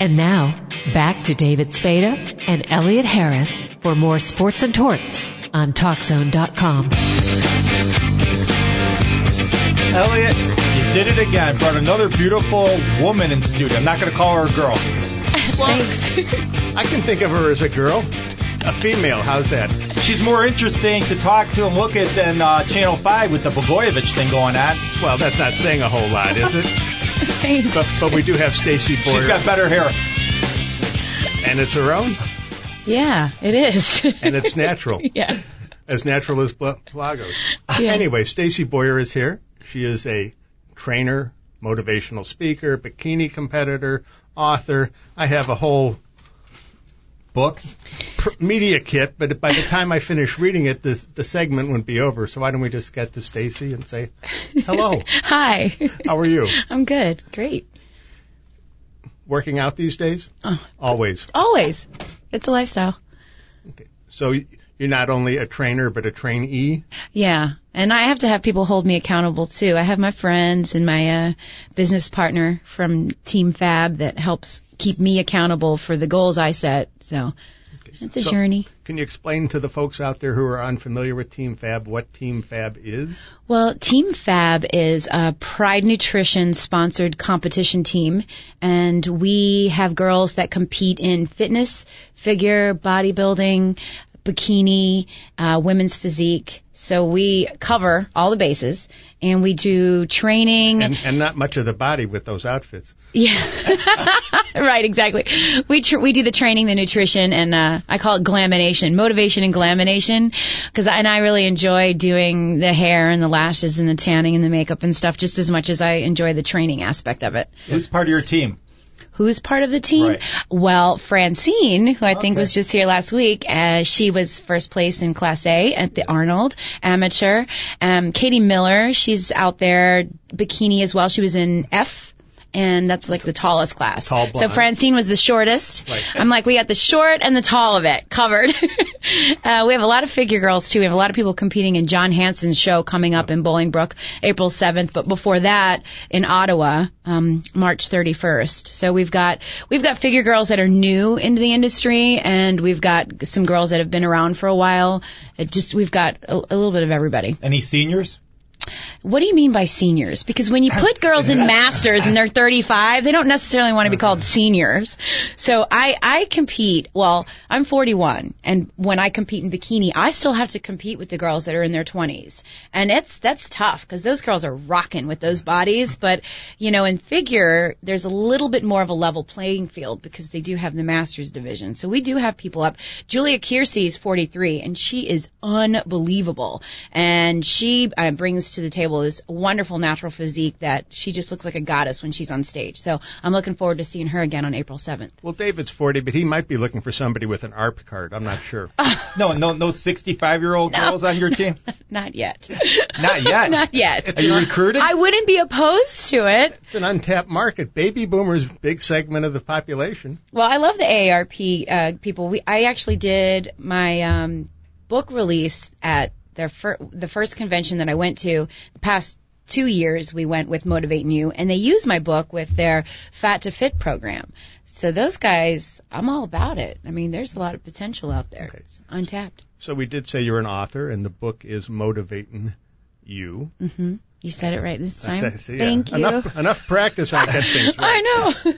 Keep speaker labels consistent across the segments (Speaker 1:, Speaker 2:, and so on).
Speaker 1: And now, back to David Spada and Elliot Harris for more Sports and Torts on TalkZone.com.
Speaker 2: Elliot, you did it again. Brought another beautiful woman in studio. I'm not going to call her a girl.
Speaker 1: Thanks.
Speaker 3: I can think of her as a girl, a female. How's that?
Speaker 2: She's more interesting to talk to and look at than uh, Channel 5 with the Blagojevich thing going on.
Speaker 3: Well, that's not saying a whole lot, is it?
Speaker 1: Thanks.
Speaker 3: But, but we do have Stacy Boyer,
Speaker 2: She's got better hair.
Speaker 3: and it's her own,
Speaker 1: Yeah, it is.
Speaker 3: and it's natural,
Speaker 1: yeah.
Speaker 3: as natural as Bla- Blagos.
Speaker 1: Yeah.
Speaker 3: Anyway, Stacy Boyer is here. She is a trainer, motivational speaker, bikini competitor, author. I have a whole
Speaker 2: Book?
Speaker 3: pr- media kit, but by the time I finish reading it, the the segment wouldn't be over. So why don't we just get to Stacy and say, "Hello,
Speaker 1: Hi.
Speaker 3: how are you?
Speaker 1: I'm good. Great.
Speaker 3: Working out these days?
Speaker 2: Uh,
Speaker 1: Oh.
Speaker 3: Always.
Speaker 1: Always. It's a lifestyle.
Speaker 3: So y- you're not only a trainer but a trainee.
Speaker 4: Yeah. And I have to have people hold me accountable too. I have my friends and my uh, business partner from Team Fab that helps keep me accountable for the goals I set. So it's a
Speaker 3: So-
Speaker 4: journey.
Speaker 3: Can you explain to the folks out there who are unfamiliar with Team Fab what Team Fab is?
Speaker 4: Well, Team Fab is a Pride Nutrition sponsored competition team, and we have girls that compete in fitness, figure, bodybuilding, bikini, uh, women's physique. So we cover all the bases, and we do training.
Speaker 3: And, and not much of the body with those outfits.
Speaker 4: Yeah. right, exactly. We tr- we do the training, the nutrition, and uh, I call it glamination, motivation and glamination, because and I really enjoy doing the hair and the lashes and the tanning and the makeup and stuff just as much as I enjoy the training aspect of it.
Speaker 2: Who's part of your team?
Speaker 4: Who's part of the team?
Speaker 2: Right.
Speaker 4: Well, Francine, who I think
Speaker 2: Okay.
Speaker 4: was just here last week, uh, she was first place in Class A at the Arnold Amateur. Um, Katie Miller, she's out there bikini as well. She was in F. And that's like the tallest class.
Speaker 3: Tall
Speaker 4: so
Speaker 3: blonde.
Speaker 4: Francine was the shortest.
Speaker 3: Right.
Speaker 4: I'm like, we got the short and the tall of it covered. uh, we have a lot of figure girls too. We have a lot of people competing in John Hansen's show coming up in Bolingbrook, April 7th. But before that, in Ottawa, um, March 31st. So we've got we've got figure girls that are new into the industry, and we've got some girls that have been around for a while. It just we've got a, a little bit of everybody.
Speaker 2: Any seniors?
Speaker 4: What do you mean by seniors? Because when you put girls in masters and they're 35, they don't necessarily want to be called seniors. So I, I compete, well, I'm 41 and when I compete in bikini, I still have to compete with the girls that are in their 20s. And it's, that's tough because those girls are rocking with those bodies. But, you know, in figure, there's a little bit more of a level playing field because they do have the masters division. So we do have people up. Julia Kiersey is 43 and she is unbelievable. And she uh, brings to the table this wonderful natural physique that she just looks like a goddess when she's on stage. So I'm looking forward to seeing her again on April 7th.
Speaker 3: Well, David's 40, but he might be looking for somebody with an ARP card. I'm not sure.
Speaker 2: No, no, no 65 year old girls on your team?
Speaker 4: Not yet.
Speaker 2: Not yet.
Speaker 4: Not yet.
Speaker 2: Are you recruiting?
Speaker 4: I wouldn't be opposed to it.
Speaker 3: It's an untapped market. Baby boomers, big segment of the population.
Speaker 4: Well, I love the AARP uh, people. We I actually did my um, book release at their fir- the first convention that I went to. The past two years, we went with Motivating You, and they used my book with their Fat to Fit program. So those guys, I'm all about it. I mean, there's a lot of potential out there.
Speaker 3: Okay.
Speaker 4: It's untapped.
Speaker 3: So we did say you're an author, and the book is motivating you.
Speaker 4: You said it right this
Speaker 3: So-
Speaker 4: time.
Speaker 3: so, yeah,
Speaker 4: Thank you.
Speaker 3: Enough, enough practice on getting things right.
Speaker 4: I know.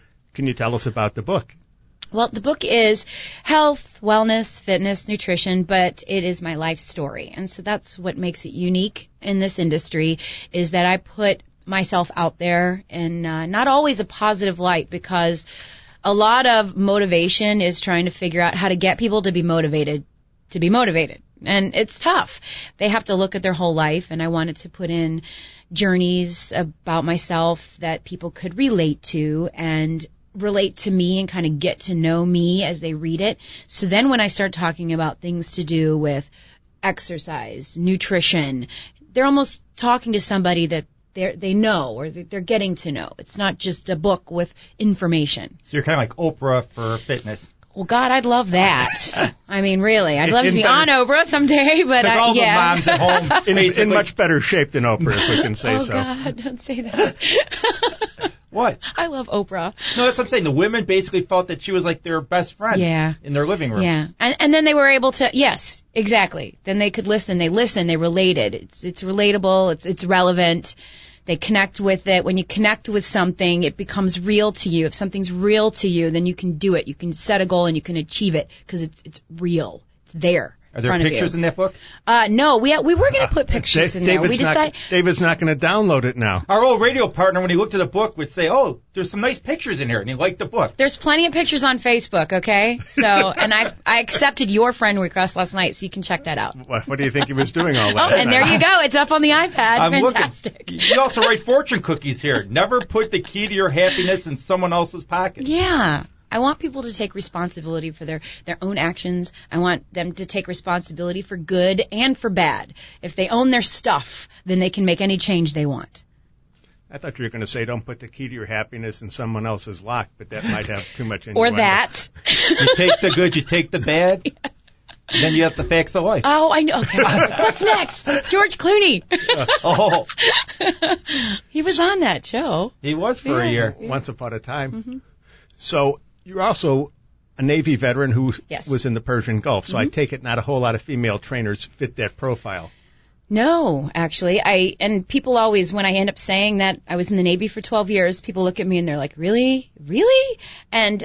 Speaker 3: Can you tell us about the book?
Speaker 4: Well, the book is health, wellness, fitness, nutrition, but it is my life story. And so that's what makes it unique in this industry is that I put myself out there in uh, not always a positive light because a lot of motivation is trying to figure out how to get people to be motivated to be motivated. And it's tough. They have to look at their whole life and I wanted to put in journeys about myself that people could relate to and relate to me and kind of get to know me as they read it. So then when I start talking about things to do with exercise, nutrition, they're almost talking to somebody that they they know or that they're getting to know. It's not just a book with information.
Speaker 2: So you're kind of like Oprah for fitness.
Speaker 4: Well, God, I'd love that. I mean, really, I'd love to be
Speaker 3: In
Speaker 4: on Oprah someday, but
Speaker 2: Like
Speaker 4: I,
Speaker 2: all
Speaker 4: yeah.
Speaker 2: the moms at home.
Speaker 3: In, in
Speaker 2: basically.
Speaker 3: much better shape than Oprah, if we can say
Speaker 4: oh
Speaker 3: so.
Speaker 4: God, don't say that.
Speaker 2: What?
Speaker 4: I love Oprah.
Speaker 2: No, that's what I'm saying. The women basically felt that she was like their best friend
Speaker 4: Yeah.
Speaker 2: in their living room.
Speaker 4: Yeah. And and then they were able to yes, exactly. Then they could listen, they listen, they related. It's it's relatable, it's it's relevant. They connect with it. When you connect with something, it becomes real to you. If something's real to you, then you can do it. You can set a goal and you can achieve it because it's it's real. It's there.
Speaker 2: Are there
Speaker 4: in front
Speaker 2: pictures
Speaker 4: of
Speaker 2: in that book?
Speaker 4: you. Uh, no, we we were gonna put pictures in there.
Speaker 3: David's
Speaker 4: We
Speaker 3: not-
Speaker 4: decided.
Speaker 3: David's not going to download it now.
Speaker 2: Our old radio partner, when he looked at the book, would say, "Oh, there's some nice pictures in here," and he liked the book.
Speaker 4: There's plenty of pictures on Facebook, okay? So, and I I accepted your friend request last night, so you can check that out.
Speaker 3: What, what do you think he was doing all
Speaker 4: Oh,
Speaker 3: that?
Speaker 4: and there you go. It's up on the iPad.
Speaker 2: I'm
Speaker 4: Fantastic.
Speaker 2: looking. You also write fortune cookies here. Never put the key to your happiness in someone else's pocket.
Speaker 4: Yeah. I want people to take responsibility for their, their own actions. I want them to take responsibility for good and for bad. If they own their stuff, then they can make any change they want.
Speaker 3: I thought you were going to say, "Don't put the key to your happiness in someone else's lock," but that might have too much.
Speaker 4: Or
Speaker 3: innuendo.
Speaker 4: that.
Speaker 2: You take the good, you take the bad, and then you have the facts of life.
Speaker 4: oh, I know. Okay. What's next? George Clooney.
Speaker 2: Oh,
Speaker 4: he was on that show.
Speaker 2: he was for a year.
Speaker 3: Once upon a time.
Speaker 4: Mm-hmm.
Speaker 3: So you're also a Navy veteran who
Speaker 4: Yes. Mm-hmm.
Speaker 3: was in the Persian Gulf. So I take it not a whole lot of female trainers fit that profile.
Speaker 4: No, actually, I and people always when I end up saying that I was in the Navy for 12 years, people look at me and they're like, "Really? Really?" And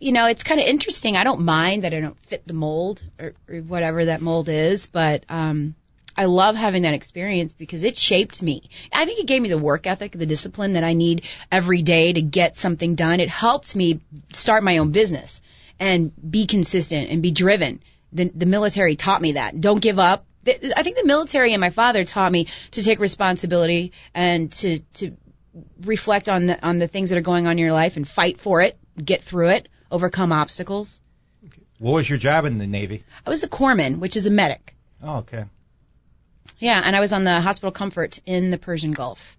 Speaker 4: you know, it's kind of interesting. I don't mind that I don't fit the mold or, or whatever that mold is, but um I love having that experience because it shaped me. I think it gave me the work ethic, the discipline that I need every day to get something done. It helped me start my own business and be consistent and be driven. The, the military taught me that. Don't give up. The- I think the military and my father taught me to take responsibility and to, to reflect on the, on the things that are going on in your life and fight for it, get through it, overcome obstacles.
Speaker 2: What was your job in the Navy?
Speaker 4: I was a corpsman, which is a medic.
Speaker 2: Oh, okay.
Speaker 4: Yeah, and I was on the hospital comfort in the Persian Gulf.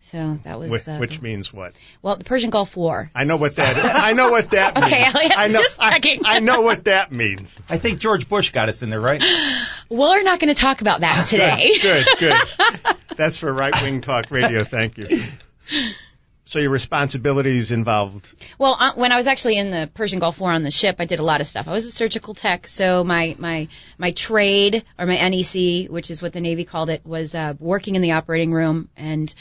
Speaker 4: So that was
Speaker 3: Which,
Speaker 4: uh,
Speaker 3: which means what?
Speaker 4: well, the Persian Gulf War.
Speaker 3: I know what that. I know what that means.
Speaker 4: Okay, Elliot,
Speaker 3: I know,
Speaker 4: just
Speaker 3: I-
Speaker 4: checking.
Speaker 3: I, know what that means.
Speaker 2: I think George Bush got us in there, right?
Speaker 4: Well, we're not going to talk about that today.
Speaker 3: Good, good. That's for right wing talk radio. Thank you. So your responsibilities involved.
Speaker 4: Well, uh, when I was actually in the Persian Gulf War on the ship, I did a lot of stuff. I was a surgical tech, so my my my trade or my NEC, which is what the Navy called it, was uh, working in the operating room, and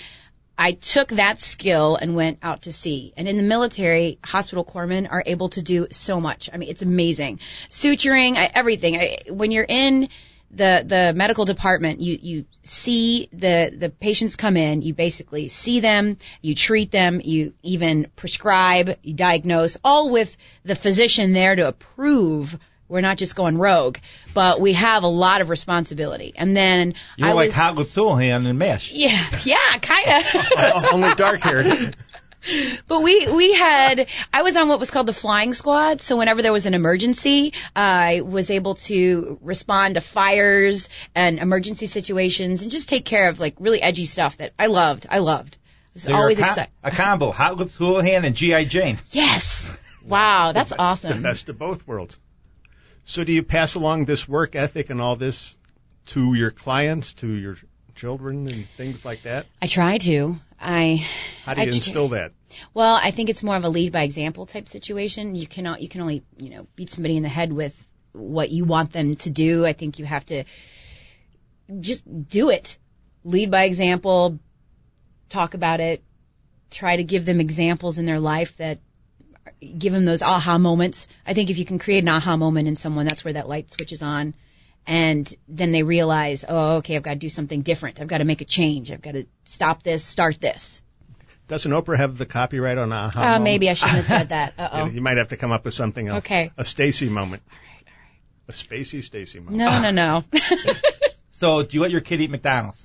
Speaker 4: I took that skill and went out to sea. And in the military, hospital corpsmen are able to do so much. I mean, it's amazing. Suturing, I, everything. I, when you're in the the medical department you you see the the patients come in you basically see them you treat them you even prescribe you diagnose all with the physician there to approve we're not just going rogue but we have a lot of responsibility and then
Speaker 2: You were
Speaker 4: I
Speaker 2: like
Speaker 4: was
Speaker 2: Hot Lip Sulihan and MASH.
Speaker 4: yeah yeah kind of
Speaker 3: Oh, only dark haired.
Speaker 4: But we we had I was on what was called the flying squad, so whenever there was an emergency, I was able to respond to fires and emergency situations and just take care of like really edgy stuff that I loved. I loved. I was
Speaker 2: So you're
Speaker 4: always
Speaker 2: a, com-
Speaker 4: excited.
Speaker 2: a combo, Hot Lips Houlihan and G.I. Jane.
Speaker 4: Yes. Wow, that's awesome.
Speaker 3: Best of both worlds. So do you pass along this work ethic and all this to your clients, to your children, and things like that?
Speaker 4: I try to. I
Speaker 3: How do you
Speaker 4: I tr-
Speaker 3: instill that?
Speaker 4: Well, I think it's more of a lead by example type situation. You cannot, you can only, you know, beat somebody in the head with what you want them to do. I think you have to just do it. Lead by example, talk about it, try to give them examples in their life that give them those aha moments. I think if you can create an aha moment in someone, that's where that light switches on. And then they realize, oh, okay, I've got to do something different. I've got to make a change. I've got to stop this, start this.
Speaker 3: Doesn't Oprah have the copyright on aha?
Speaker 4: Uh,
Speaker 3: moment?
Speaker 4: maybe I shouldn't have said that. Uh oh.
Speaker 3: You might have to come up with something else.
Speaker 4: Okay.
Speaker 3: A Stacy moment. A Spacey Stacy moment.
Speaker 4: No, no, no.
Speaker 2: So do you let your kid eat McDonald's?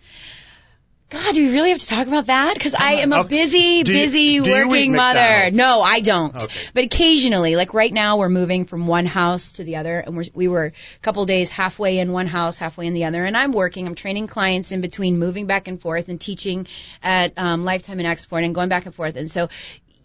Speaker 4: God, do we really have to talk about that? Because I am a
Speaker 3: Okay.
Speaker 4: busy,
Speaker 3: Do you-
Speaker 4: busy
Speaker 3: do you eat
Speaker 4: working mother.
Speaker 3: McDonald's?
Speaker 4: No, I don't.
Speaker 3: Okay.
Speaker 4: But occasionally, like right now, we're moving from one house to the other, and we're, we were a couple days halfway in one house, halfway in the other. And I'm working. I'm training clients in between moving back and forth and teaching at um, Lifetime and Export and going back and forth. And so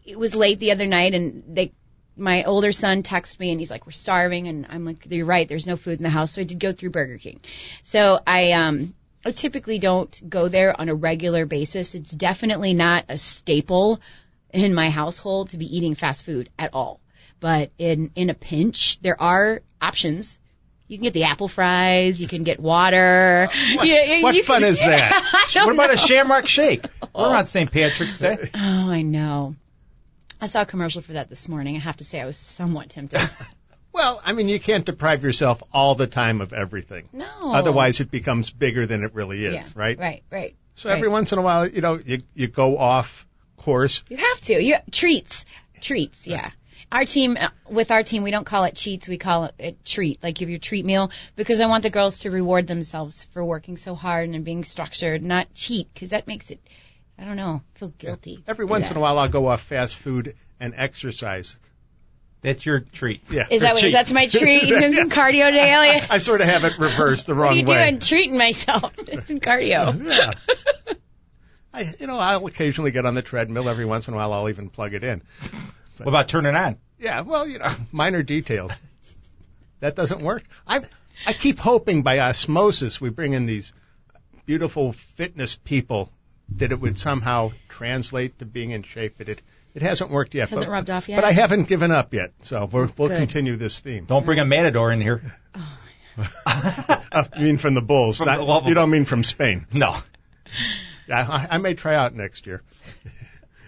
Speaker 4: it was late the other night, and they my older son texted me and he's like, "We're starving," and I'm like, "You're right. There's no food in the house." So I did go through Burger King. So I um I typically don't go there on a regular basis. It's definitely not a staple in my household to be eating fast food at all. But in in a pinch, there are options. You can get the apple fries. You can get water. What,
Speaker 3: What fun is that?
Speaker 2: What about a shamrock shake? We're on St. Patrick's Day.
Speaker 4: Oh, I know. I saw a commercial for that this morning. I have to say, I was somewhat tempted.
Speaker 3: Well, I mean, you can't deprive yourself all the time of everything.
Speaker 4: No.
Speaker 3: Otherwise, it becomes bigger than it really is,
Speaker 4: yeah,
Speaker 3: right?
Speaker 4: Right, right.
Speaker 3: So
Speaker 4: right.
Speaker 3: every once in a while, you know, you you go off course.
Speaker 4: You have to. You treats, treats. Yeah. Our team, uh, with our team, we don't call it cheats. We call it a treat, like give your treat meal, because I want the girls to reward themselves for working so hard and being structured, not cheat, because that makes it, I don't know, feel guilty.
Speaker 3: Every once in a while, I'll go off fast food and exercise.
Speaker 2: That's your treat.
Speaker 3: Yeah.
Speaker 4: Is that what?
Speaker 2: cheat.
Speaker 4: That's my treat. You doing some cardio today, Elliot?
Speaker 3: I sort of have it reversed the
Speaker 4: What are
Speaker 3: wrong
Speaker 4: you
Speaker 3: way.
Speaker 4: doing? Treating myself. some cardio.
Speaker 3: Yeah. I, you know, I'll occasionally get on the treadmill. Every once in a while, I'll even plug it in.
Speaker 2: What about turning on?
Speaker 3: Yeah, well, you know, minor details. That doesn't work. I I keep hoping by osmosis we bring in these beautiful fitness people that it would somehow translate to being in shape, but it it hasn't worked yet.
Speaker 4: Hasn't
Speaker 3: but,
Speaker 4: rubbed off yet?
Speaker 3: But I haven't given up yet, so we're, we'll
Speaker 4: Good.
Speaker 3: continue this theme.
Speaker 2: Don't bring a matador in here.
Speaker 3: Uh, you mean from the Bulls?
Speaker 2: the
Speaker 3: not-
Speaker 2: level.
Speaker 3: you don't mean from Spain.
Speaker 2: No.
Speaker 3: I, I, I may try out next year.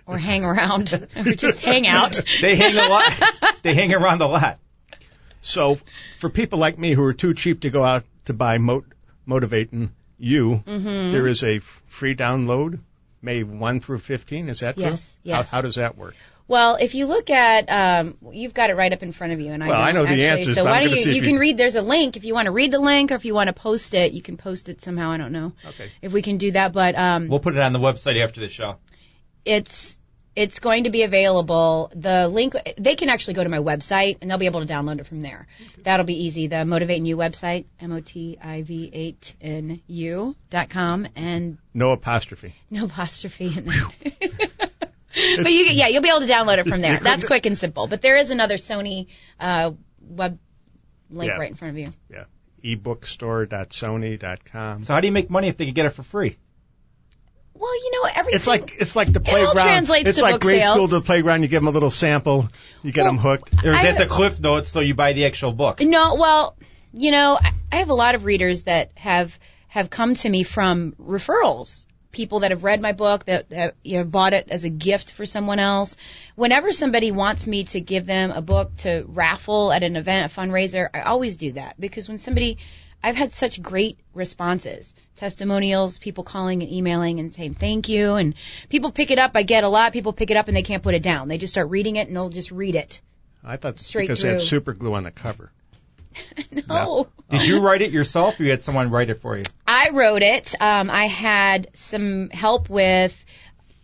Speaker 4: Or hang around. or just hang out.
Speaker 2: They hang a lot. they hang around a lot.
Speaker 3: So for people like me who are too cheap to go out to buy mo- motivating you,
Speaker 4: Mm-hmm.
Speaker 3: there is a f- free download May 1 through 15. Is that true?
Speaker 4: Yes, yes.
Speaker 3: How, how does that work?
Speaker 4: Well, if you look at, um, you've got it right up in front of you, and I
Speaker 3: Well,
Speaker 4: don't
Speaker 3: I know the
Speaker 4: actually,
Speaker 3: answers,
Speaker 4: So
Speaker 3: but I'm
Speaker 4: why don't
Speaker 3: gonna
Speaker 4: you?
Speaker 3: see if
Speaker 4: You
Speaker 3: you-
Speaker 4: can read. There's a link if you want to read the link, or if you want to post it, you can post it somehow. I don't know
Speaker 3: Okay.
Speaker 4: if we can do that, but um,
Speaker 2: We'll put it on the website after the show.
Speaker 4: it's it's going to be available. The link they can actually go to my website and they'll be able to download it from there. That'll be easy. The Motivating You website, m o t i v eight n u dot com, and
Speaker 3: No apostrophe.
Speaker 4: no apostrophe in it. but you, yeah, you'll be able to download it from there.
Speaker 3: couldn't-
Speaker 4: That's quick and simple. But there is another Sony uh, web link
Speaker 3: Yeah.
Speaker 4: right in front of you.
Speaker 3: Yeah. ebookstore.sony.com.
Speaker 2: So how do you make money if they can get it for free?
Speaker 4: Well, you know, everything.
Speaker 3: It's like it's like the
Speaker 4: all
Speaker 3: playground.
Speaker 4: translates
Speaker 3: it's
Speaker 4: to
Speaker 3: like
Speaker 4: book
Speaker 3: grade
Speaker 4: sales.
Speaker 3: school to the playground. You give them a little sample, you get
Speaker 4: Well,
Speaker 3: them hooked.
Speaker 2: Or is
Speaker 4: I-
Speaker 2: that the cliff notes so you buy the actual book?
Speaker 4: No, well, you know, I, I have a lot of readers that have have come to me from referrals. People that have read my book that, that you know, bought it as a gift for someone else. Whenever somebody wants me to give them a book to raffle at an event, a fundraiser, I always do that because when somebody, I've had such great responses, testimonials, people calling and emailing and saying thank you, and people pick it up. I get a lot. People pick it up and they can't put it down. They just start reading it and they'll just read it.
Speaker 3: I thought
Speaker 4: Straight
Speaker 3: because they had
Speaker 4: through.
Speaker 3: super glue on the cover.
Speaker 4: No.
Speaker 2: Did you write it yourself or you had someone write it for you?
Speaker 4: I wrote it. Um, I had some help with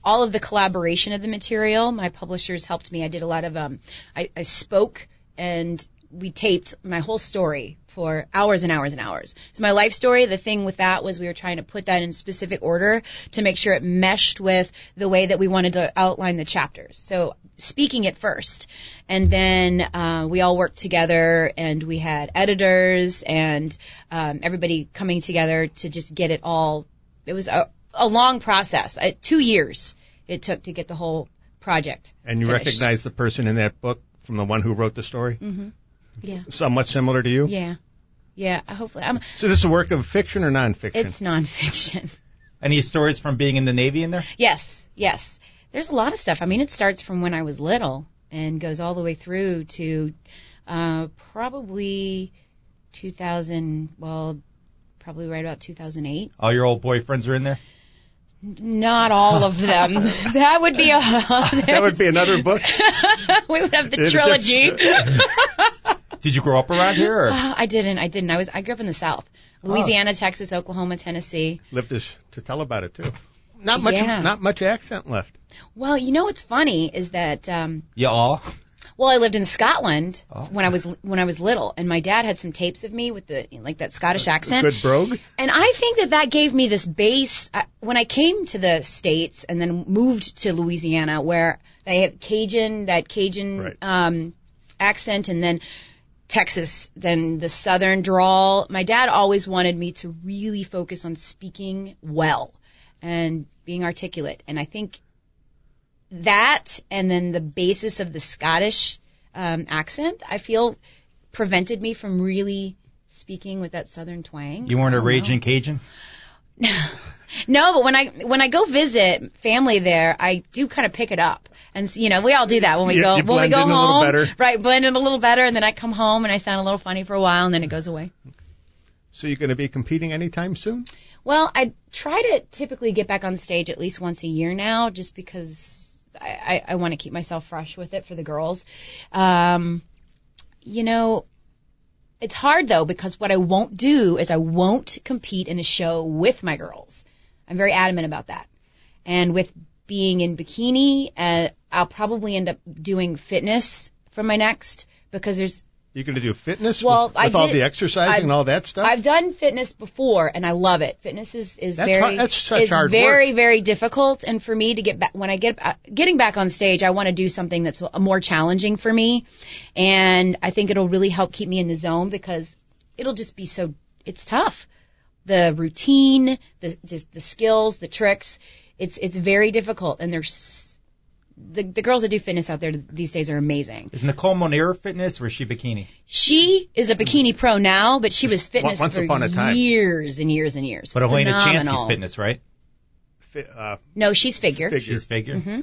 Speaker 4: all of the collaboration of the material. My publishers helped me. I did a lot of, um, I, I spoke and we taped my whole story for hours and hours and hours. So my life story, the thing with that was we were trying to put that in specific order to make sure it meshed with the way that we wanted to outline the chapters. So speaking it first. And then, uh, we all worked together and we had editors and, um, everybody coming together to just get it all it was a, a long process. Uh, two years it took to get the whole project.
Speaker 3: And you
Speaker 4: finished.
Speaker 3: recognize the person in that book from the one who wrote the story? Mm-hmm.
Speaker 4: Yeah.
Speaker 3: Somewhat similar to you?
Speaker 4: Yeah, yeah. I- Hopefully, I'm,
Speaker 3: So this is a work of fiction or nonfiction?
Speaker 4: it's nonfiction.
Speaker 2: Any stories from being in the Navy in there?
Speaker 4: yes, yes. There's a lot of stuff. I mean, it starts from when I was little and goes all the way through to uh, probably 2000. Well, probably right about 2008.
Speaker 2: All your old boyfriends are in there?
Speaker 4: Not all of them. that would be a.
Speaker 3: that would be another book.
Speaker 4: we would have the
Speaker 3: It's a-
Speaker 4: trilogy.
Speaker 2: Did you grow up around here? Or?
Speaker 4: Uh, I didn't. I didn't. I was. I grew up in the South:
Speaker 3: Oh.
Speaker 4: Louisiana, Texas, Oklahoma, Tennessee.
Speaker 3: Lived to, to tell about it too. Not much.
Speaker 4: Yeah.
Speaker 3: Not much accent left.
Speaker 4: Well, you know what's funny is that. Um,
Speaker 2: You all?
Speaker 4: well, I lived in Scotland
Speaker 2: Oh.
Speaker 4: when I was when I was little, and my dad had some tapes of me with the like that Scottish accent.
Speaker 3: Good brogue.
Speaker 4: And I think that that gave me this base I, when I came to the states and then moved to Louisiana, where they have Cajun, that Cajun
Speaker 3: Right.
Speaker 4: um, accent, and then Texas, then the Southern drawl. My dad always wanted me to really focus on speaking well and being articulate, and I think that and then the basis of the Scottish um, accent, I feel prevented me from really speaking with that southern twang.
Speaker 2: You weren't a raging Cajun?
Speaker 4: No, but when I when I go visit family there, I do kind of pick it up, and you know we all do that when we
Speaker 3: You-
Speaker 4: go
Speaker 3: you
Speaker 4: when we
Speaker 3: blend
Speaker 4: go
Speaker 3: in a little
Speaker 4: home,
Speaker 3: better.
Speaker 4: right? Blend in a little better, and then I come home and I sound a little funny for a while, and then it goes away.
Speaker 3: So you're going to be competing anytime soon?
Speaker 4: Well, I try to typically get back on stage at least once a year now, just because I, I, I want to keep myself fresh with it for the girls. Um, you know, it's hard though because what I won't do is I won't compete in a show with my girls. I'm very adamant about that. And with being in bikini, uh, I'll probably end up doing fitness for my next because there's
Speaker 3: You're going to do fitness
Speaker 4: Well,
Speaker 3: with,
Speaker 4: I
Speaker 3: with all
Speaker 4: did-
Speaker 3: the exercising
Speaker 4: I've-
Speaker 3: and all that stuff?
Speaker 4: I've done fitness before, and I love it. Fitness is is
Speaker 3: That's
Speaker 4: very
Speaker 3: hard- that's such
Speaker 4: is
Speaker 3: hard
Speaker 4: very very difficult, and for me to get back when I get uh, getting back on stage, I want to do something that's more challenging for me, and I think it'll really help keep me in the zone because it'll just be so it's tough. The routine, the just the skills, the tricks, it's it's very difficult, and there's the the girls that do fitness out there these days are amazing.
Speaker 2: Is Nicole Monier fitness or is she bikini?
Speaker 4: She is a bikini pro now, but she was fitness
Speaker 3: Once
Speaker 4: for
Speaker 3: upon a time.
Speaker 4: years and years and years.
Speaker 2: But Elena
Speaker 4: Phenomenal.
Speaker 2: Chansky's fitness, right?
Speaker 3: Fi- uh,
Speaker 4: No, she's figure.
Speaker 3: figure.
Speaker 2: She's figure.
Speaker 4: Mm-hmm.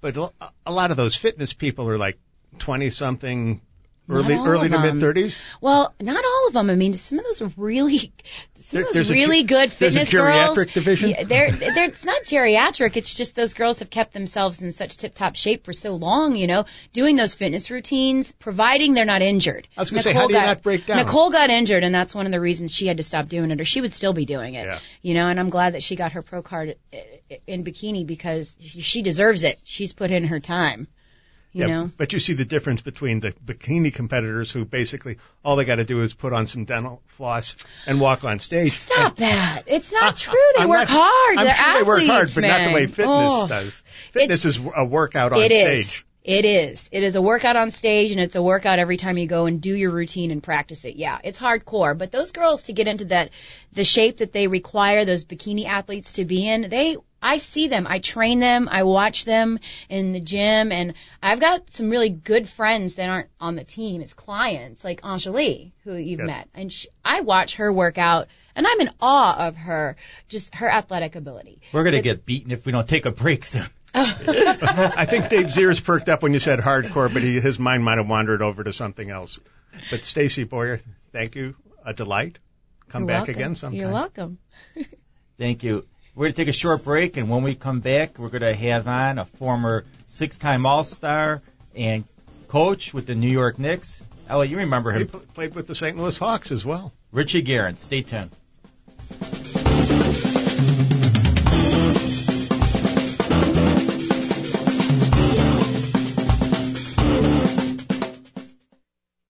Speaker 3: But l- a lot of those fitness people are like 20 something, early
Speaker 4: all
Speaker 3: early
Speaker 4: of
Speaker 3: to
Speaker 4: them.
Speaker 3: mid 30s.
Speaker 4: Well, not all of them. I mean, some of those are really, some
Speaker 3: There-
Speaker 4: of those
Speaker 3: there's a
Speaker 4: really
Speaker 3: ge-
Speaker 4: good
Speaker 3: there's a
Speaker 4: fitness
Speaker 3: geriatric
Speaker 4: girls.
Speaker 3: division?
Speaker 4: Yeah, they're, they're, it's not geriatric. It's just those girls have kept themselves in such tip-top shape for so long. You know, doing those fitness routines, providing they're not injured.
Speaker 3: I was gonna say, how do you not break down?
Speaker 4: Nicole got injured, and that's one of the reasons she had to stop doing it, or she would still be doing it.
Speaker 3: Yeah.
Speaker 4: You know, and I'm glad that she got her pro card i- i- in bikini because she she deserves it. She's put in her time. You
Speaker 3: yeah,
Speaker 4: know.
Speaker 3: But you see the difference between the bikini competitors who basically all they got to do is put on some dental floss and walk on stage.
Speaker 4: Stop that! It's not true. They
Speaker 3: I'm
Speaker 4: work
Speaker 3: not-
Speaker 4: hard.
Speaker 3: I'm
Speaker 4: They're
Speaker 3: sure they work hard,
Speaker 4: athletes,
Speaker 3: but not the way
Speaker 4: man.
Speaker 3: fitness
Speaker 4: Oh.
Speaker 3: does. Fitness is a workout on
Speaker 4: It
Speaker 3: stage.
Speaker 4: is. It is. It is a workout on stage, and it's a workout every time you go and do your routine and practice it. Yeah, it's hardcore. But those girls to get into that, the shape that they require those bikini athletes to be in, they, I see them. I train them. I watch them in the gym, and I've got some really good friends that aren't on the team as clients, like Anjali, who you've
Speaker 3: Yes.
Speaker 4: met, and she, I watch her workout, and I'm in awe of her, just her athletic ability.
Speaker 2: We're gonna get beaten if we don't take a break soon.
Speaker 3: I think Dave's ears perked up when you said hardcore, but he, his mind might have wandered over to something else. But Stacy Boyer, thank you. A delight. Come
Speaker 4: You're
Speaker 3: back
Speaker 4: welcome.
Speaker 3: again sometime.
Speaker 4: You're welcome.
Speaker 2: Thank you. We're gonna take a short break, and when we come back, we're gonna have on a former six-time All-Star and coach with the New York Knicks. Ellie, you remember
Speaker 3: He
Speaker 2: him,
Speaker 3: pl- played with the St. Louis Hawks as well.
Speaker 2: Richie Guerin. Stay tuned.